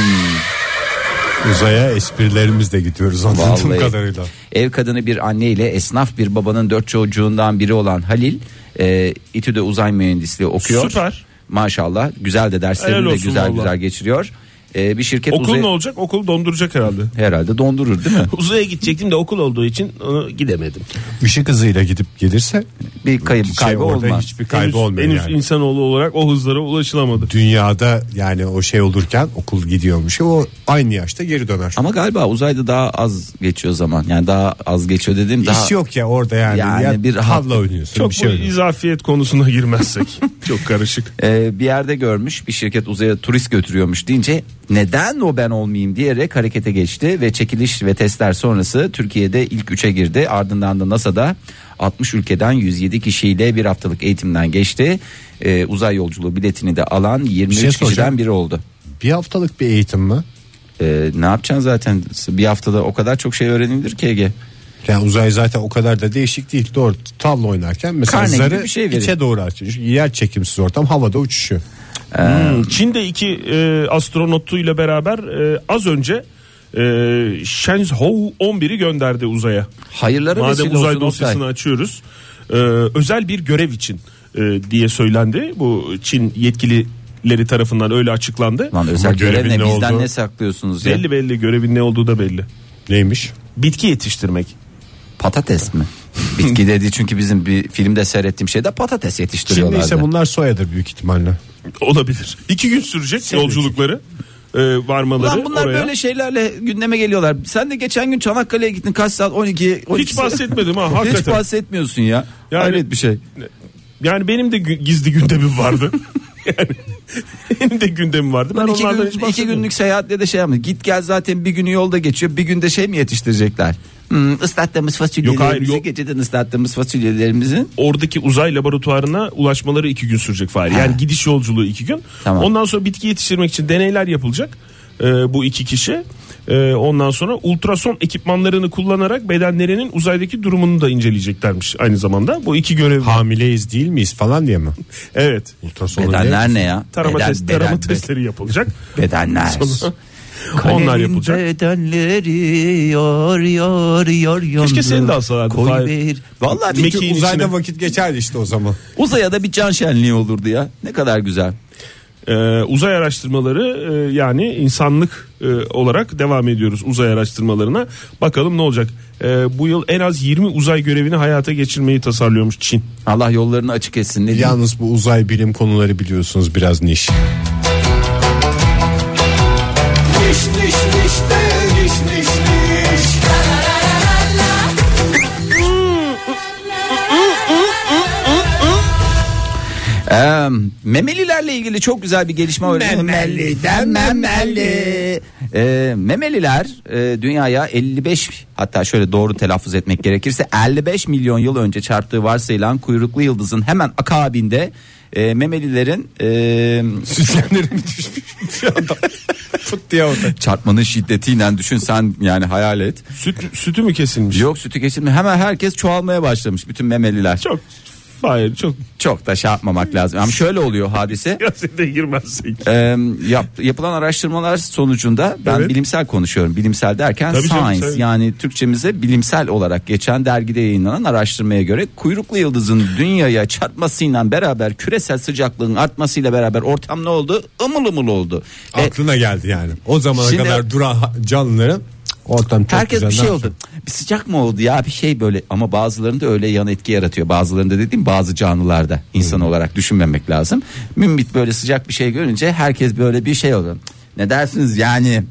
Speaker 3: Uzaya esprilerimizle gidiyoruz anladığım
Speaker 4: Vallahi.
Speaker 3: kadarıyla.
Speaker 4: Ev kadını bir anne ile esnaf bir babanın dört çocuğundan biri olan Halil e, İTÜ'de uzay mühendisliği okuyor.
Speaker 5: Süper.
Speaker 4: Maşallah güzel de
Speaker 5: Helal
Speaker 4: derslerini de
Speaker 5: olsun
Speaker 4: güzel
Speaker 5: vallahi.
Speaker 4: güzel geçiriyor. E, bir şirket
Speaker 5: Okul
Speaker 4: uzay-
Speaker 5: ne olacak? Okul donduracak herhalde.
Speaker 4: herhalde dondurur değil mi?
Speaker 5: Uzaya gidecektim de okul olduğu için onu gidemedim.
Speaker 3: Işık hızıyla gidip gelirse
Speaker 4: Bir kayıp
Speaker 3: şey
Speaker 4: kaybı
Speaker 3: orada
Speaker 4: olmaz.
Speaker 3: hiçbir kaybı
Speaker 5: henüz,
Speaker 3: olmuyor
Speaker 5: henüz
Speaker 3: yani.
Speaker 5: insanoğlu olarak o hızlara ulaşılamadı.
Speaker 3: Dünyada yani o şey olurken okul gidiyormuş ya, o aynı yaşta geri döner.
Speaker 4: Ama galiba uzayda daha az geçiyor zaman. Yani daha az geçiyor dediğim daha
Speaker 3: İş yok ya orada yani.
Speaker 4: Yani
Speaker 3: ya
Speaker 4: bir
Speaker 3: bir
Speaker 4: rahat-
Speaker 3: tavla oynuyorsun
Speaker 5: Çok
Speaker 3: bir şey
Speaker 5: bu
Speaker 3: oynuyorsun.
Speaker 5: izafiyet konusuna girmezsek. Çok karışık.
Speaker 4: Ee, bir yerde görmüş bir şirket uzaya turist götürüyormuş deyince neden o ben olmayayım diyerek harekete geçti ve çekiliş ve testler sonrası Türkiye'de ilk üçe girdi ardından da NASA'da 60 ülkeden 107 kişiyle bir haftalık eğitimden geçti Ee, uzay yolculuğu biletini de alan 23
Speaker 3: şey
Speaker 4: kişiden
Speaker 3: soracağım.
Speaker 4: biri oldu
Speaker 3: Bir haftalık bir eğitim mi?
Speaker 4: Ee, ne yapacaksın zaten bir haftada o kadar çok şey öğrenilir ki Ege.
Speaker 3: Yani uzay zaten o kadar da değişik değil. Doğru tavla oynarken mesela
Speaker 4: Karne gibi
Speaker 3: zarı
Speaker 4: bir şey veriyor.
Speaker 3: içe doğru açıyor. Çünkü yer çekimsiz ortam havada uçuşuyor.
Speaker 5: Hmm, Çin'de iki e, astronotuyla beraber e, az önce e, Shenzhou 11'i gönderdi uzaya.
Speaker 4: Hayırlara
Speaker 5: Madem
Speaker 4: vesile
Speaker 5: uzay
Speaker 4: olsun Oktay.
Speaker 5: dosyasını açıyoruz. e, özel bir görev için e, diye söylendi. Bu Çin yetkilileri tarafından öyle açıklandı.
Speaker 4: Lan özel
Speaker 5: Ama
Speaker 4: görev
Speaker 5: görevin
Speaker 4: ne bizden
Speaker 5: olduğu-
Speaker 4: ne saklıyorsunuz ya?
Speaker 5: Belli belli görevin ne olduğu da belli.
Speaker 3: Neymiş?
Speaker 5: Bitki yetiştirmek.
Speaker 4: Patates mi? Bitki dediği çünkü bizim bir filmde seyrettiğim şeyde patates
Speaker 3: Şimdi
Speaker 4: yetiştiriyorlardı.
Speaker 3: ise bunlar soyadır büyük ihtimalle.
Speaker 5: Olabilir. İki gün sürecek yolculukları. e, varmaları
Speaker 4: Lan bunlar
Speaker 5: oraya.
Speaker 4: böyle şeylerle gündeme geliyorlar. Sen de geçen gün Çanakkale'ye gittin kaç saat 12 12
Speaker 5: Hiç bahsetmedim ha
Speaker 4: Hiç
Speaker 5: hakikaten.
Speaker 4: bahsetmiyorsun ya.
Speaker 5: Yani-
Speaker 4: Hayret bir şey.
Speaker 5: Yani benim de gü- gizli gündemim vardı. yani benim de gündemim vardı. Ben
Speaker 4: Lan iki,
Speaker 5: onlardan
Speaker 4: gün-
Speaker 5: hiç
Speaker 4: iki
Speaker 5: bahsetmiyorum.
Speaker 4: günlük seyahatle de şey yapma. Git gel zaten bir günü yolda geçiyor. Bir günde şey mi yetiştirecekler? Hmm, ıslattığımız fasulyelerimizi
Speaker 5: yok.
Speaker 4: geceden ıslattığımız fasulyelerimizin
Speaker 5: Oradaki uzay laboratuvarına ulaşmaları iki gün sürecek Fahri. Yani gidiş yolculuğu iki gün.
Speaker 4: Tamam.
Speaker 5: Ondan sonra bitki yetiştirmek için deneyler yapılacak. e, bu iki kişi. E, ondan sonra ultrason ekipmanlarını kullanarak bedenlerinin uzaydaki durumunu da inceleyeceklermiş aynı zamanda. Bu iki görev.
Speaker 3: Hamileyiz değil miyiz falan diye mi?
Speaker 5: Evet.
Speaker 3: Ultrasonu
Speaker 4: bedenler ne ya?
Speaker 5: Tarama,
Speaker 4: Beden-
Speaker 5: test, tarama
Speaker 4: beden-
Speaker 5: testleri yapılacak.
Speaker 4: Bedenler.
Speaker 5: Sonra- Onlar yapılacak.
Speaker 4: Bedenleri yor yor yor yor.
Speaker 5: Keşke seni de alsalardı. Fahir.
Speaker 4: Koy bir. Vallahi bir
Speaker 5: Mekiğin
Speaker 4: tür-
Speaker 5: içine-
Speaker 3: Uzayda vakit geçerdi işte o zaman.
Speaker 4: uzaya da bir can şenliği olurdu ya. Ne kadar güzel.
Speaker 5: Ee, uzay araştırmaları e, yani insanlık e, olarak devam ediyoruz uzay araştırmalarına. Bakalım ne olacak. Ee, bu yıl en az 20 uzay görevini hayata geçirmeyi tasarlıyormuş Çin.
Speaker 4: Allah yollarını açık etsin. Ne diyeyim?
Speaker 3: Yalnız bu uzay bilim konuları biliyorsunuz biraz niş.
Speaker 2: Diş diş diş de diş diş diş.
Speaker 4: Ee, memelilerle ilgili çok güzel bir gelişme var. Memeli de memeli. Ee, memeliler e, dünyaya 55 hatta şöyle doğru telaffuz etmek gerekirse 55 milyon yıl önce çarptığı varsayılan kuyruklu yıldızın hemen akabinde e, memelilerin e,
Speaker 3: Sütyenlerim düşmüş bir anda. Fıt diye orada.
Speaker 4: çarpmanın şiddetiyle düşün sen yani hayal et.
Speaker 5: Süt, sütü mü kesilmiş?
Speaker 4: Yok sütü kesilmiş hemen herkes çoğalmaya başlamış bütün memeliler. Çok,
Speaker 5: Çok. Hayır çok
Speaker 4: da şey yapmamak lazım. Ama şöyle oluyor hadise.
Speaker 5: siyasete girmezsek.
Speaker 4: Ee, yap- yapılan araştırmalar sonucunda ben
Speaker 5: Evet.
Speaker 4: bilimsel konuşuyorum. Bilimsel derken
Speaker 5: Tabii canım,
Speaker 4: Science
Speaker 5: tabii.
Speaker 4: yani Türkçemize bilimsel olarak geçen dergide yayınlanan araştırmaya göre kuyruklu yıldızın dünyaya çarpmasıyla beraber küresel sıcaklığın artmasıyla beraber ortam ne oldu? Imıl ımıl oldu. E,
Speaker 3: Aklına geldi yani. O zamana
Speaker 4: Şimdi-
Speaker 3: kadar duran canlıların ortam çok
Speaker 4: Herkes
Speaker 3: güzel,
Speaker 4: bir
Speaker 3: ne
Speaker 4: şey
Speaker 3: yapacak?
Speaker 4: oldu. Bir sıcak mı oldu ya bir şey böyle ama bazılarında öyle yan etki yaratıyor. Bazılarında dediğim bazı canlılarda insan
Speaker 3: Hmm.
Speaker 4: olarak düşünmemek lazım. Mümbit böyle sıcak bir şey görünce herkes böyle bir şey oldu. Ne dersiniz yani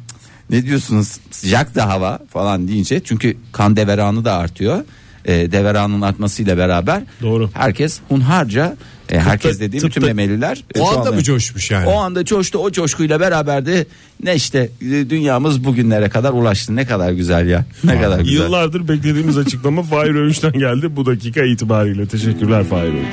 Speaker 4: ne diyorsunuz sıcak da hava falan deyince çünkü kan deveranı da artıyor. E, deveranın artmasıyla beraber
Speaker 5: Doğru.
Speaker 4: herkes hunharca e, herkes dediğim bütün
Speaker 5: tıpta-
Speaker 4: memeliler e,
Speaker 3: O anda
Speaker 4: çoğalmaya-
Speaker 3: mı coşmuş yani?
Speaker 4: o anda coştu o coşkuyla beraber de ne işte e, dünyamız bugünlere kadar ulaştı. Ne kadar güzel ya. Ne kadar güzel.
Speaker 5: Yıllardır beklediğimiz açıklama Fahir Öğünç'ten geldi bu dakika itibariyle. Teşekkürler Fahir Öğünç.